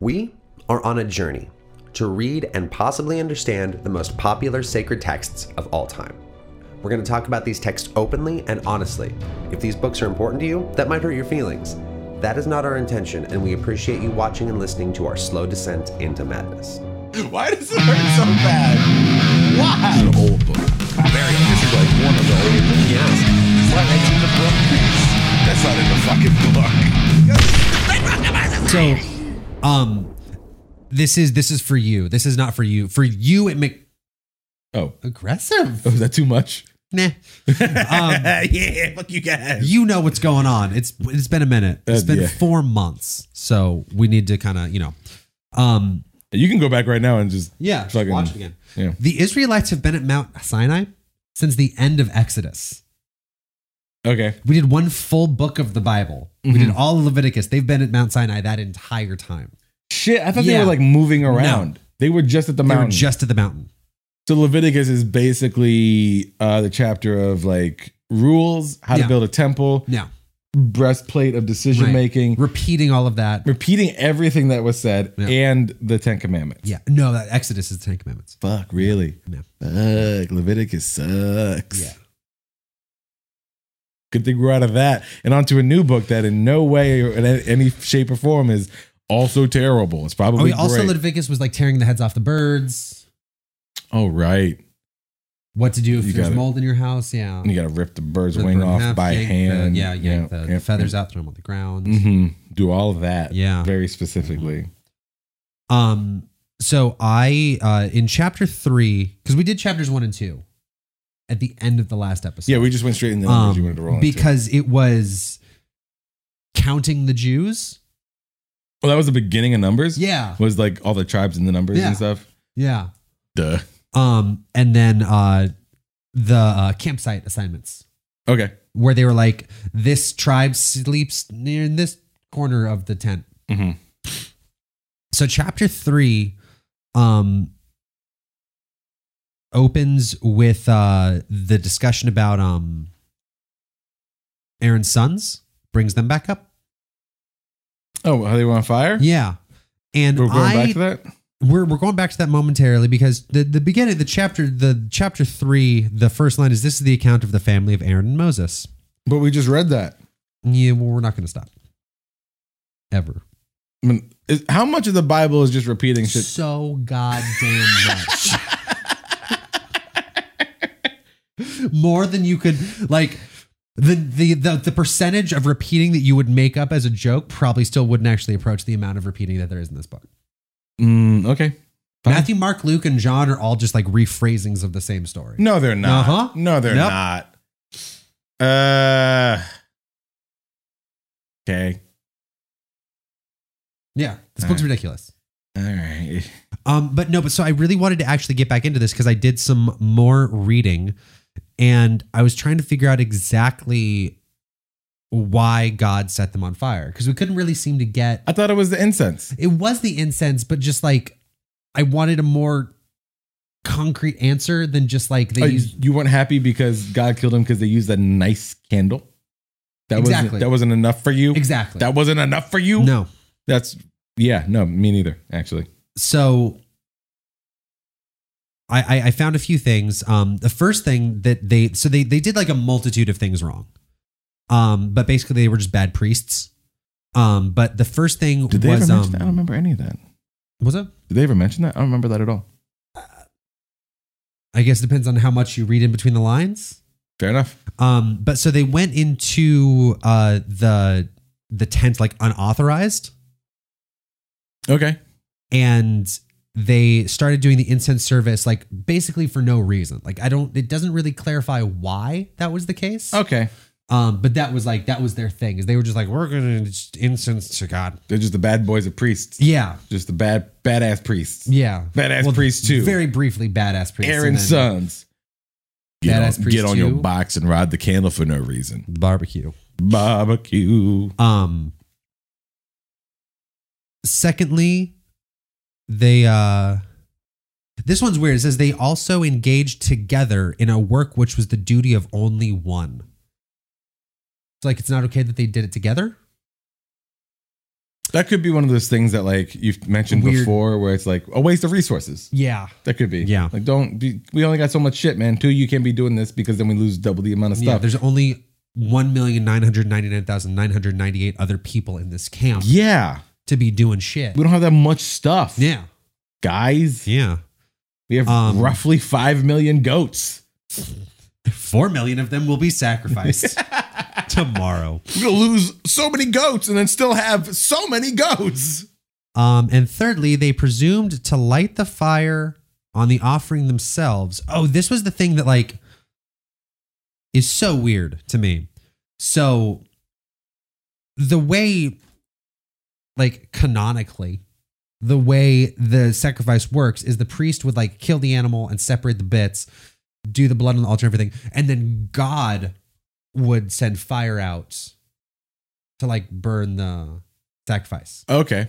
We are on a journey to read and possibly understand the most popular sacred texts of all time. We're going to talk about these texts openly and honestly. If these books are important to you, that might hurt your feelings. That is not our intention, and we appreciate you watching and listening to our slow descent into madness. Why does it hurt so bad? Why? It's an old book. Very, this is like one of the old books. Yes. Why that's in the book? That's not in the fucking book. So, um, this is this is for you. This is not for you. For you, it make Oh, aggressive. oh, is that too much? Nah, Uh, yeah, fuck you guys. you know what's going on. It's it's been a minute. It's Uh, been yeah. four months, so we need to kind of you know, um, You can go back right now and just yeah, Fucking- watch it again. yeah. The Israelites have been at Mount Sinai since the end of Exodus. Okay. We did one full book of the Bible. We Mhm. did all of Leviticus. They've been at Mount Sinai that entire time. Shit, I thought Yeah. they were like moving around. They were just at the They were mountain. just at the mountain. so Leviticus is basically uh, the chapter of like rules, how Yeah. to build a temple, Yeah. breastplate of decision Right. making, Repeating all of that. repeating everything that was said, Yeah. and the Ten Commandments. Yeah. No, that Exodus is the Ten Commandments. Fuck, really? Yeah. Fuck, Leviticus sucks. Yeah. Good thing we're out of that and onto a new book that in no way or in any shape or form is also terrible. It's Oh, probably yeah, also great. Leviticus was like tearing the heads off the birds. oh, right. What to do if You there's got it. mold in your house? Yeah. And you got to rip the bird's The wing bird in off half, by yank the- hand. yeah, yank the feathers out, throw them on the ground. hmm Do all of that. Yeah. Mm-hmm. Very specifically. Um, so I uh in chapter three, because we did chapters one and two at the end of the last episode. Yeah, we just went straight into the numbers you wanted to roll um, into. because it was counting the Jews. Well, that was the beginning of numbers. Yeah, Was like all the tribes and the numbers Yeah. and stuff. yeah. Duh. Um, and then uh, the uh, campsite assignments Okay. where they were like, this tribe sleeps near in this corner of the tent. hmm So chapter three, um, opens with uh the discussion about um Aaron's sons brings them back up. Oh, how they were on fire? Yeah. And We're going I, back to that? we're we're going back to that momentarily because the the beginning the chapter the chapter three the first line is this is the account of the family of Aaron and Moses. But we just read that. Yeah, well, we're not going to stop ever. I mean, is, how much of the Bible is just repeating shit? So goddamn much. More than you could like. The, the, the the percentage of repeating that you would make up as a joke probably still wouldn't actually approach the amount of repeating that there is in this book. Mm, okay. Fine. Matthew, Mark, Luke, and John are all just like rephrasings of the same story. No, they're not. Uh-huh. No, they're Nope. not. Uh. Okay. Yeah, this All book's right. ridiculous. All right. Um, but no, but so I really wanted to actually get back into this because I did some more reading, and I was trying to figure out exactly why God set them on fire because we couldn't really seem to get. I thought it was the incense. It was the incense, but just like I wanted a more concrete answer than just like they Oh, used. you weren't happy because God killed him because they used a nice candle. That Exactly. wasn't that wasn't enough for you. Exactly. That wasn't enough for you. no. That's yeah. No, me neither. Actually. so I, I I found a few things. Um, the first thing that they so they they did like a multitude of things wrong. Um, but basically they were just bad priests. Um, but the first thing Did they was ever mention that? I don't um remember any of that. was it? Did they ever mention that? I don't remember that at all. I guess it depends on how much you read in between the lines. Fair enough. Um, but so they went into uh the the tent like unauthorized. Okay. and they started doing the incense service like basically for no reason. Like I don't it doesn't really clarify why that was the case. Okay. Um but that was like that was their thing. Is they were just like we're going to incense to God. They're just the bad boys of priests. Yeah. Just the bad badass priests. Yeah. Badass priest too. Very briefly badass priest. Aaron's uh, and then sons. Badass priest get on your too. box and ride the candle for no reason. barbecue. Barbecue. Um Secondly, they uh this one's weird. It says they also engaged together in a work which was the duty of only one. It's like it's not okay that they did it together. That could be one of those things that like you've mentioned Weird. before, where it's like a waste of resources. Yeah. That could be. Yeah. Like don't be. We only got so much shit, man. Two, you can't be doing this because then we lose double the amount of Yeah. stuff. There's only 1,999,998 other people in this camp yeah. to be doing shit. We don't have that much stuff. Yeah. Guys, Yeah. we have Um, roughly five million goats. Four million of them will be sacrificed tomorrow. We're gonna lose so many goats and then still have so many goats. Um, and thirdly, they presumed to light the fire on the offering themselves. Oh, this was the thing that like is so weird to me. So the way like canonically the way the sacrifice works is the priest would like kill the animal and separate the bits, do the blood on the altar and everything, and then God would send fire out to like burn the sacrifice Okay.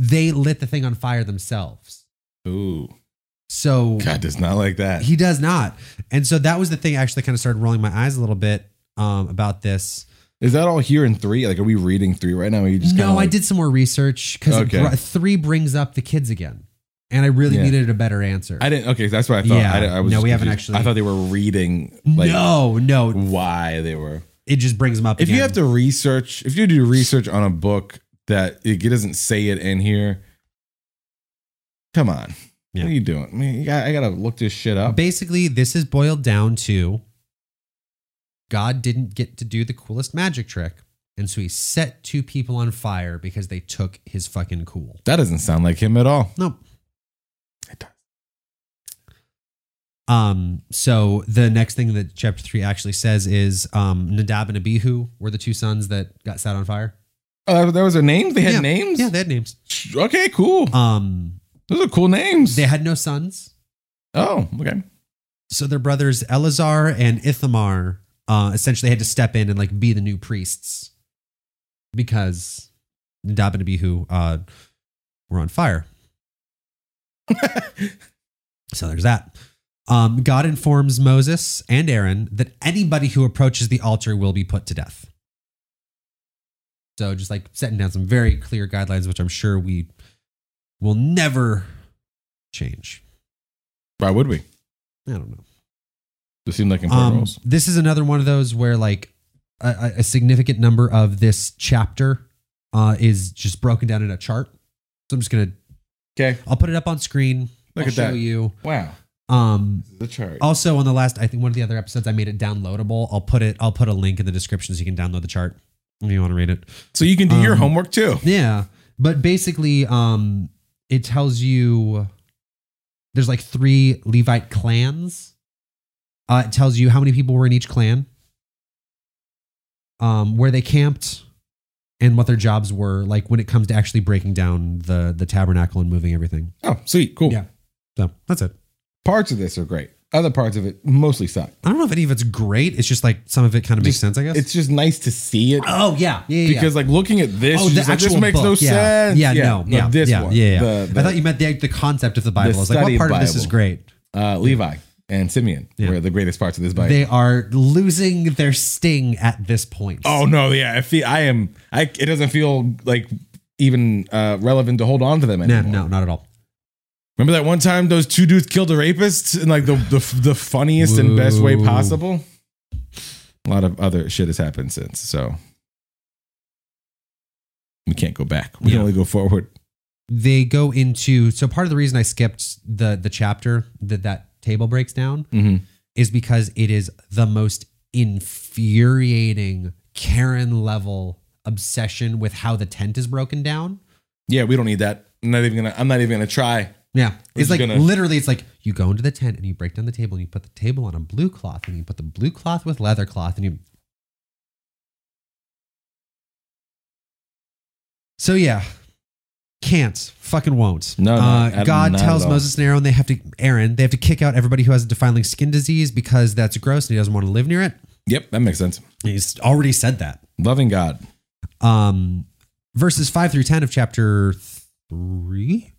they lit the thing on fire themselves. Ooh. So God does not like that. he does not. And so that was the thing I actually kind of started rolling my eyes a little bit um, about this. Is that all here in three? Like, are we reading three right now? Or you just no, kinda I like- did some more research because Okay. three brings up the kids again. And I really Yeah. needed a better answer. I didn't. Okay, that's what I thought. Yeah. I, di- I was No, we just haven't confused. actually- I thought they were reading like no, no. why they were. It just brings them up If again. you have to research, if you do research on a book that it, it doesn't say it in here, come on. Yeah. What are you doing? I, mean, you got, I gotta look this shit up. Basically, this is boiled down to God didn't get to do the coolest magic trick. And so he set two people on fire because they took his fucking cool. that doesn't sound like him at all. Nope. It does. Um, so the next thing that chapter three actually says is um, Nadab and Abihu were the two sons that got set on fire. Oh, that, that was their names. They had names. Yeah, they had names. okay, cool. Um, Those are cool names. they had no sons. oh, okay. So their brothers Elazar and Ithamar uh, essentially had to step in and like be the new priests because Nadab and Abihu uh, were on fire. so there's that. Um, God informs Moses and Aaron that anybody who approaches the altar will be put to death. So just like setting down some very clear guidelines, which I'm sure we will never change. Why would we? I don't know. This seemed like important Um, rules. This is another one of those where like a, a- a significant number of this chapter uh, is just broken down in a chart. So I'm just gonna Okay. I'll put it up on screen. Look I'll at show that. you. Wow. Um, The chart. also on the last, I think one of the other episodes I made it downloadable. I'll put it. I'll put a link in the description so you can download the chart if you want to read it. so you can do your um, homework too. Yeah, but basically, um, it tells you there's like three Levite clans. Uh, it tells you how many people were in each clan, um, where they camped, and what their jobs were. Like when it comes to actually breaking down the the tabernacle and moving everything. Oh, sweet. Cool. Yeah. So that's it. Parts of this are great. Other parts of it mostly suck. I don't know if any of it's great. It's just like some of it kind of makes Just- sense, I guess. It's just nice to see it oh yeah, yeah, yeah, yeah. because, like, looking at this, Oh, you're the just like, this actual makes no book, yeah. sense. Yeah, no, but yeah, this yeah, one, yeah, yeah. The, the, I thought you meant the the concept of the Bible. I was like, what study part of this is Bible. great? uh, Levi and Simeon Yeah. were the greatest parts of this bike. They are losing their sting at this point. oh no, yeah, I feel I am. I it doesn't feel like even uh, relevant to hold on to them no, anymore. no, not at all. Remember that one time those two dudes killed a rapist in like the the, the funniest and best way Whoa. possible. A lot of other shit has happened since, so we can't go back. We Yeah. can only go forward. They go into so part of the reason I skipped the the chapter that that table breaks down Mm-hmm. is because it is the most infuriating Karen level obsession with how the tent is broken down. Yeah, we don't need that. I'm not even gonna. I'm not even gonna try. Yeah. We're It's just like gonna- literally, it's like you go into the tent and you break down the table and you put the table on a blue cloth and you put the blue cloth with leather cloth and you. So yeah, can't fucking won't. No, no, uh, at- God not tells at all. Moses and Aaron they have to Aaron they have to kick out everybody who has a defiling skin disease because that's gross and he doesn't want to live near it. Yep, that makes sense. He's already said that Loving God. um verses 5 through 10 of chapter 3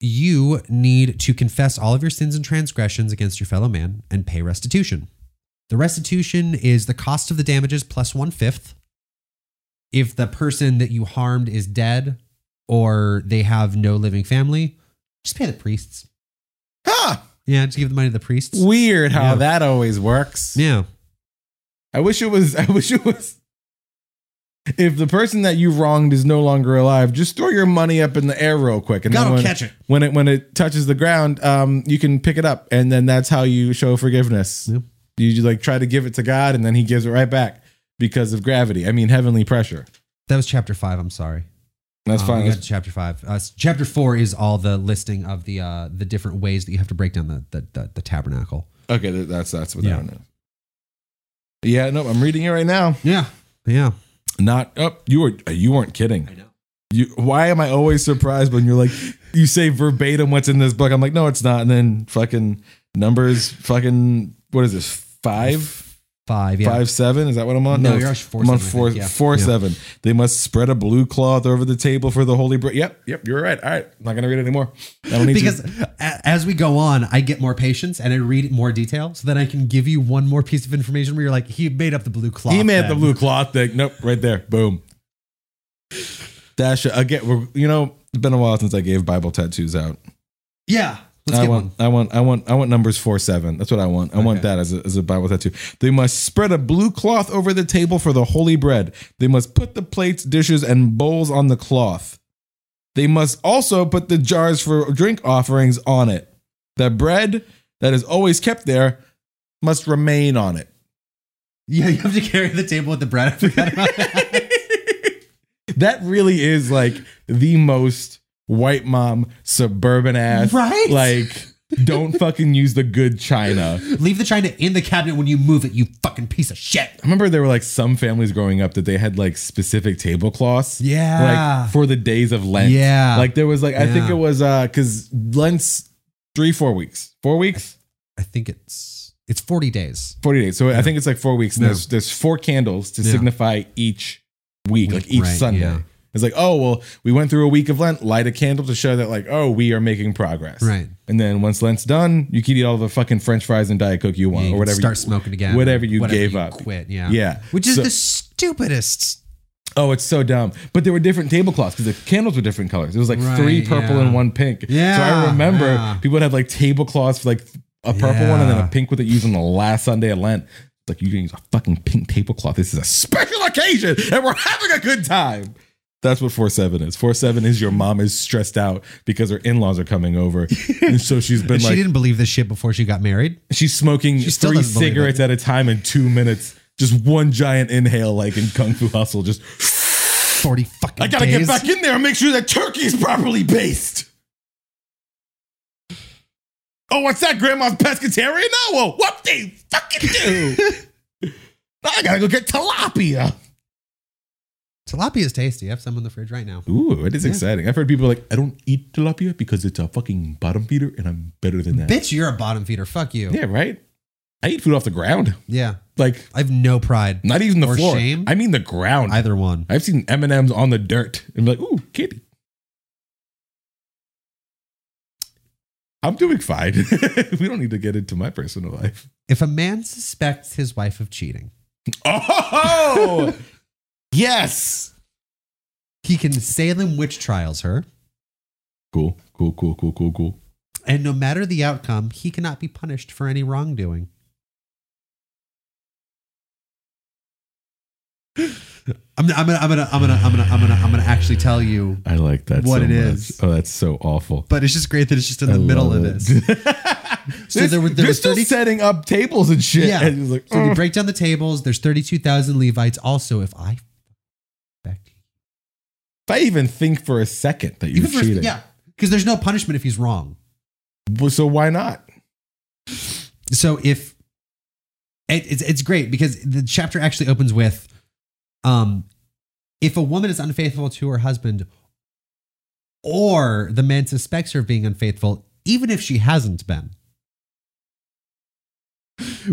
you need to confess all of your sins and transgressions against your fellow man and pay restitution the restitution is the cost of the damages plus one fifth if the person that you harmed is dead or they have no living family, just pay the priests. Huh. Yeah, just give the money to the priests. Weird how Yeah. that always works. Yeah. I wish it was. I wish it was. If the person that you wronged is no longer alive, just throw your money up in the air real quick, and God'll when, catch it. when it when it touches the ground, um, you can pick it up, and then that's how you show forgiveness. Yep. You just, like try to give it to God, and then He gives it right back because of gravity. I mean, heavenly pressure. That was chapter five. I'm sorry. That's Um, fine. We got That's- to chapter five. Uh, s- chapter four is all the listing of the uh, the different ways that you have to break down the the, the, the tabernacle. okay, th- that's that's what Yeah. that one is. Yeah, no, I'm reading it right now. Yeah. Yeah. Not up. you were uh, you weren't kidding. I know. You, why am I always surprised when you're like, you say verbatim what's in this book? I'm like, no, it's not. And then fucking numbers, fucking, what is this? Five, Five. Yeah. five, seven? Is that what I'm on? No, you're on four, I'm on seven, I four, think. Yeah. four, Yeah. seven. They must spread a blue cloth over the table for the holy bread. Yep, yep, you're right. All right, I'm not going to read it anymore. I don't need Because to. a- as we go on, I get more patience and I read more detail so that I can give you one more piece of information where you're like, he made up the blue cloth. He made the then. blue cloth thing. Nope, right there. Boom. Dash. Again, we're, you know, it's been a while since I gave Bible tattoos out. Yeah. Let's I get want, one. I want, I want, I want numbers four seven. That's what I want. I want Okay. that as a, as a Bible tattoo. They must spread a blue cloth over the table for the holy bread. They must put the plates, dishes, and bowls on the cloth. They must also put the jars for drink offerings on it. The bread that is always kept there must remain on it. Yeah, you have to carry the table with the bread. I forgot about that. That really is like the most white mom suburban ass. Right? Like, don't fucking use the good china. Leave the china in the cabinet when you move it, you fucking piece of shit. I remember there were like some families growing up that they had like specific tablecloths. Yeah. Like for the days of Lent. Yeah. Like there was like, I think Yeah. it was uh because Lent's three, four weeks. Four weeks? I think it's it's 40 days. 40 days. So I think it's like four weeks. And Yeah. there's there's four candles to Yeah. signify each week, like each Right, Sunday. yeah. It's like, oh well, we went through a week of Lent, light a candle to show that like, oh, we are making progress. Right. And then once Lent's done, you can eat all the fucking French fries and Diet Coke you want You or whatever. you- Start smoking again. whatever you gave up. Quit. Yeah. Yeah. Which is So- the stupidest. Oh, it's so dumb. But there were different tablecloths because the candles were different colors. It was like Right, three purple yeah. and one pink. So Yeah, I remember yeah. people would have like tablecloths for like a purple one and then Yeah. a pink with it used on the last Sunday of Lent. It's like you can use a fucking pink tablecloth. This is a special occasion and we're having a good time. That's what 4 7 is. 4 7 is your mom is stressed out because her in laws are coming over. and so she's been And she like, didn't believe this shit before she got married. she's smoking She still three doesn't believe cigarettes at a time in two minutes. Just one giant inhale, like in Kung Fu Hustle, just 40 fucking I gotta days. get back in there and make sure that turkey's properly based. Oh, what's that, Grandma's pescatarian? No, well, what they fucking do? Now I gotta go get tilapia. Tilapia is tasty. I have some in the fridge right now. Ooh, it is Yeah. exciting. I've heard people like, I don't eat tilapia because it's a fucking bottom feeder, and I'm better than that. Bitch, you're a bottom feeder. Fuck you. Yeah. Yeah, right. I eat food off the ground, like I have no pride. not even the Or floor. shame. I mean the ground. Either one. I've seen M and M's on the dirt and be like, "Ooh, kitty." I'm doing fine. we don't need to get into my personal life. If a man suspects his wife of cheating, Oh, yes. he can Salem witch trials her, Cool, cool, cool, cool, cool, cool. and no matter the outcome, he cannot be punished for any wrongdoing. I'm, I'm gonna, I'm gonna, I'm gonna, I'm gonna, I'm gonna, I'm gonna actually tell you, I like that. What so it much. is. Oh, that's so awful. but it's just great that it's just in I the middle of love it. this. So They're- there were- there they're were still 30 setting up tables and shit. Yeah. And it's like, "Mm, So they "Ugh." break down the tables. There's 32,000 Levites. Also, if I suspect, if I even think for a second that you're even for, cheating, yeah, because there's no punishment if he's wrong. Well, so why not? so if it, it's it's great because the chapter actually opens with um if a woman is unfaithful to her husband or the man suspects her of being unfaithful even if she hasn't been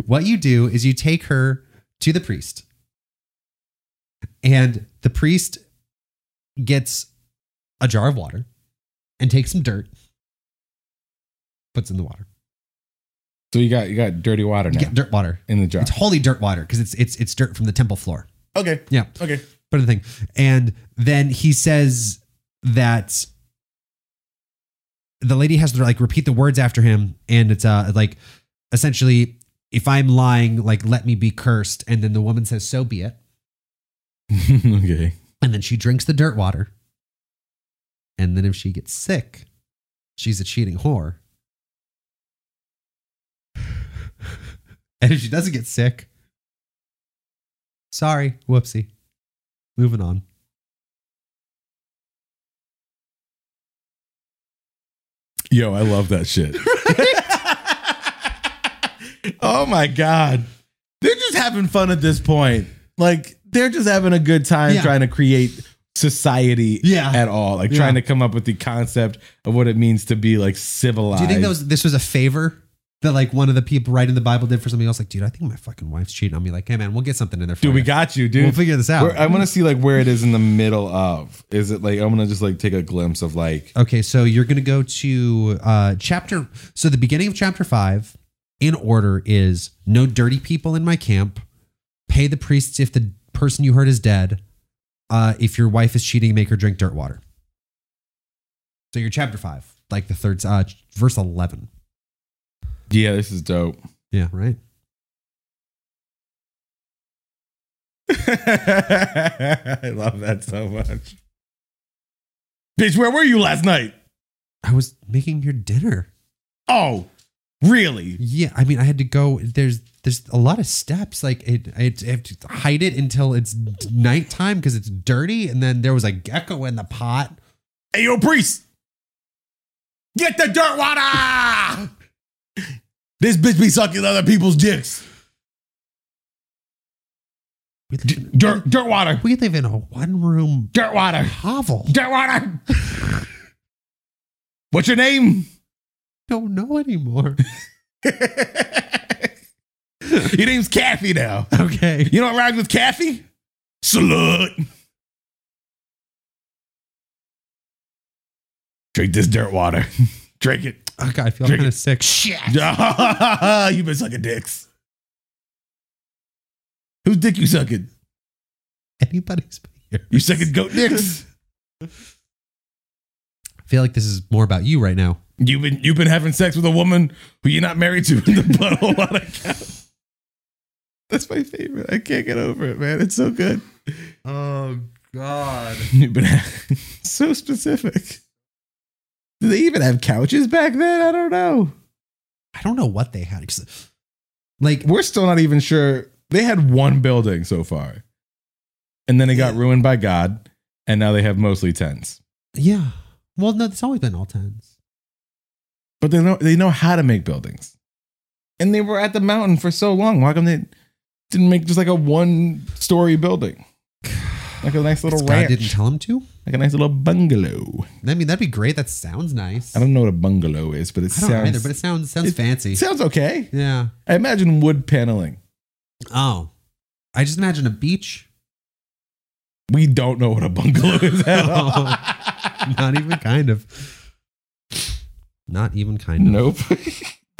what you do is you take her to the priest and the priest gets a jar of water and takes some dirt puts in the water So you got you got dirty water now Get dirt water in the jar. it's holy dirt water because it's it's it's dirt from the temple floor. Okay. Yeah. Okay. put in the thing. And then he says that the lady has to like repeat the words after him, and it's uh like essentially, if I'm lying, like let me be cursed. And then the woman says, "So be it." okay. And then she drinks the dirt water. And then if she gets sick, she's a cheating whore. and if she doesn't get sick, sorry, whoopsie. Moving on. Yo, I love that shit. oh my god, they're just having fun at this point. Like they're just having a good time Yeah. trying to create society Yeah. at all. Like Yeah. trying to come up with the concept of what it means to be like civilized. Do you think that was, this was a favor that like one of the people writing the Bible did for somebody else? Like, dude, I think my fucking wife's cheating on me. Like, hey man, we'll get something in there for Dude, we you. got you, We'll dude. figure this out. Where- I want to see like where it is in the middle of. Is it like I'm gonna just like take a glimpse of like Okay, so you're going to go to uh, chapter. So the beginning of chapter five, in order, is no dirty people in my camp. Pay the priests if the person you hurt is dead. Uh, if your wife is cheating, make her drink dirt water. So you're chapter five, like the third, uh, verse eleven. yeah, this is dope. Yeah, right. I love that so much. Bitch, where were you last night? I was making your dinner. Oh, really? Yeah, I mean, I had to go. There's there's a lot of steps. Like it, I had to- I have to hide it until it's d- nighttime because it's dirty, and then there was a gecko in the pot. Hey, yo, priest, get the dirt water. this bitch be sucking other people's dicks. We D- live, dirt, dirt water, we live in a one room dirt water, hovel. dirt water. What's your name? Don't know anymore. your name's Kathy now. Okay. You know what rhymes with Kathy? Slut. Drink this dirt water. Drink it. Oh God, I feel Drink kind of sick. Shit. You've been sucking dicks. Whose dick you sucking? Anybody's but here. You sucking goat dicks. I feel like this is more about you right now. You've been you've been having sex with a woman who you're not married to in the butthole on account. That's my favorite. I can't get over it, man. It's so good. Oh God. You've been uh, so specific. Did they even have couches back then? I don't know. I don't know what they had. 'cause, Like We're still not even sure. They had one building so far, and then it got ruined by God, and now they have mostly tents. yeah. Well, no, it's always been all tens. But they know they know how to make buildings, and they were at the mountain for so long. Why come they didn't make just like a one-story building, like a nice little Because God ranch, didn't tell him to. like a nice little bungalow? I mean, that'd be great. That sounds nice. I don't know what a bungalow is, but it I don't sounds either, but it sounds sounds it- fancy. it sounds okay. yeah. I imagine wood paneling. Oh, I just imagine a beach. We don't know what a bungalow is at all. Not even kind of. Not even kind of. Nope.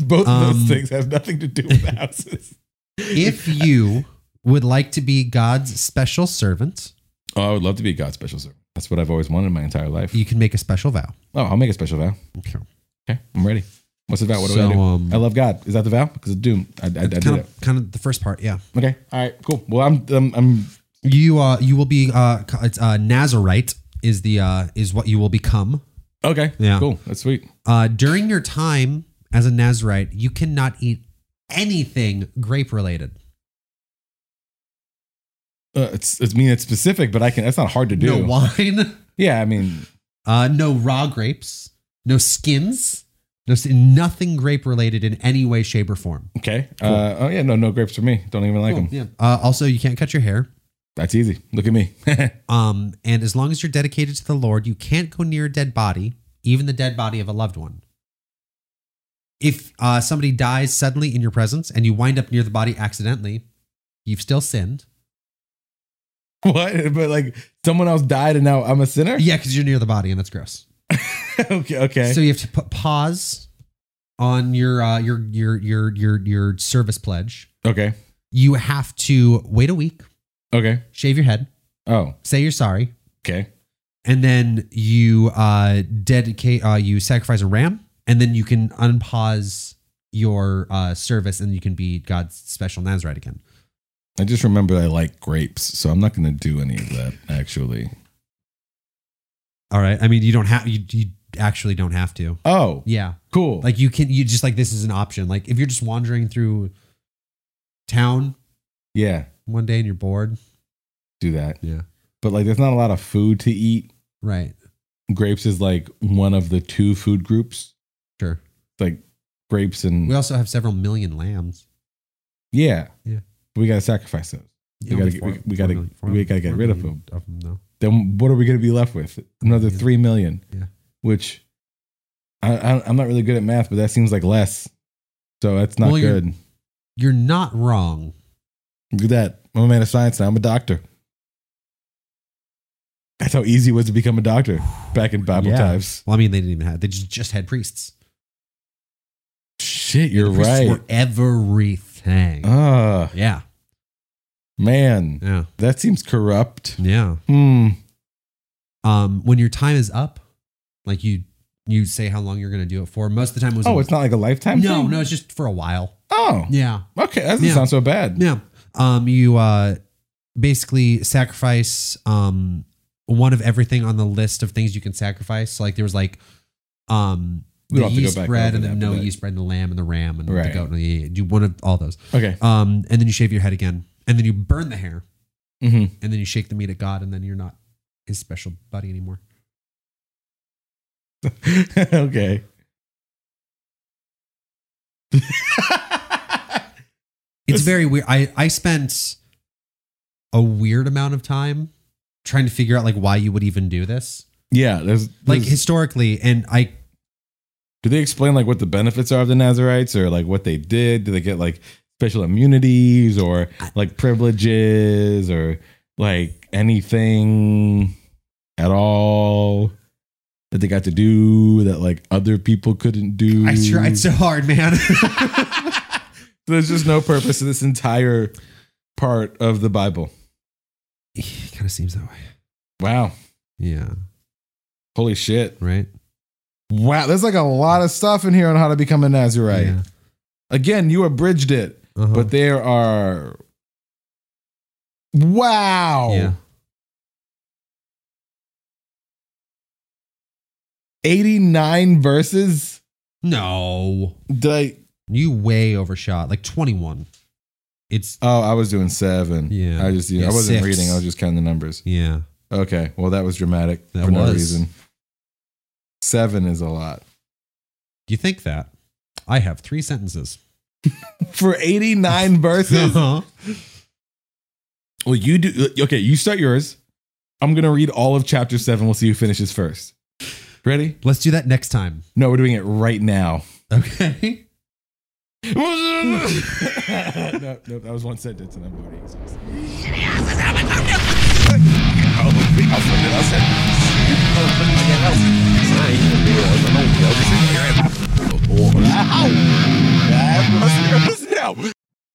Both of Um, those things have nothing to do with houses. If you would like to be God's special servant, Oh, I would love to be God's special servant. That's what I've always wanted my entire life. you can make a special vow. Oh, I'll make a special vow. Okay. Okay, I'm ready. What's the vow? What do So, I do? um, I love God. Is that the vow? Because of doom. I, I, I did Kind it. of, kind of the first part, yeah. Okay. All right. Cool. Well, I'm. I'm. I'm You uh, you will be uh, ca- it's, uh, Nazarite is the uh, is what you will become. okay. Yeah. Cool. That's sweet. Uh, during your time as a Nazarite, you cannot eat anything grape related. Uh, it's. It's I mean. It's specific, but I can. That's not hard to do. No wine. yeah. I mean. Uh, no raw grapes, no skins, no s- nothing grape related in any way, shape, or form. Okay. Uh, oh yeah. No. No grapes for me. Don't even like them. Cool, yeah. Uh, also, you can't cut your hair. That's easy. Look at me. Um, and as long as you're dedicated to the Lord, you can't go near a dead body, even the dead body of a loved one. If uh, somebody dies suddenly in your presence and you wind up near the body accidentally, you've still sinned. what? But like someone else died, and now I'm a sinner. Yeah, because you're near the body, and that's gross. okay. Okay. So you have to put pause on your uh, your your your your your service pledge. okay. You have to wait a week, Okay. shave your head, Oh, Say you're sorry, okay. and then you uh, dedicate. Uh, you sacrifice a ram, and then you can unpause your uh, service, and you can be God's special Nazarite again. I just remembered I like grapes, so I'm not going to do any of that, actually. All right. I mean, you don't have you, you actually don't have to. Oh, Yeah. cool. Like you can you just like this is an option. Like if you're just wandering through town yeah, one day and you're bored. do that. Yeah. But like, there's not a lot of food to eat. Right. Grapes is like one of the two food groups, Sure. like grapes and. We also have several million lambs. yeah. Yeah. We got to sacrifice those. We gotta get- we- we gotta- we gotta get rid of million Of them though. Then what are we going to be left with? Another Yeah. 3 million. Yeah. Which I, I, I'm not really good at math, but that seems like less. So that's not Well, you're- good. You're not wrong. Look at that. I'm a man of science now. I'm a doctor. That's how easy it was to become a doctor back in Bible Yeah. times. Well, I mean, they didn't even have. They just, just had priests. Shit, you're The priests right. Were everything. Ah, yeah. man. Yeah. That seems corrupt. Yeah. Hmm. Um, when your time is up, like you you say how long you're gonna do it for. Most of the time it was Oh, a- it's not like a lifetime no, thing? no, it's just for a while. Oh, Yeah. okay. That doesn't Yeah. sound so bad. Yeah. Um, you uh, basically sacrifice um, one of everything on the list of things you can sacrifice. So, like there was like um, We the don't have to go yeast back bread over and the that, no but- yeast bread and the lamb and the ram and the Right. goat and the, do one of all those. Okay. Um, and then you shave your head again and then you burn the hair hmm and then you shake the meat at God and then you're not his special buddy anymore. Mm-hmm. okay. It's very weird. I, I spent a weird amount of time trying to figure out like why you would even do this. yeah. There's, Like there's- historically, and I do they explain like what the benefits are of the Nazarites or like what they did? Do they get like special immunities or like privileges or like anything at all that they got to do that like other people couldn't do? I tried so hard, man. There's just no purpose to this entire part of the Bible. it kind of seems that way. Wow. Yeah. Holy shit. Right. Wow. There's like a lot of stuff in here on how to become a Nazarite. Yeah. Again, you abridged it. Uh-huh. but there are wow yeah. 89 verses No, did i you way overshot. Like twenty-one. It's oh i was doing seven Yeah. i just you know, Yeah, i wasn't six. reading i was just counting the numbers yeah. okay well that was dramatic That for no was. reason seven is a lot You think that? I have three sentences. for 89 verses Uh-huh. well you do uh, okay you start yours i'm gonna read all of chapter seven we'll see who finishes first ready Let's do that next time. no we're doing it right now Okay. no, no, that was one sentence and i'm already exhausted Oh,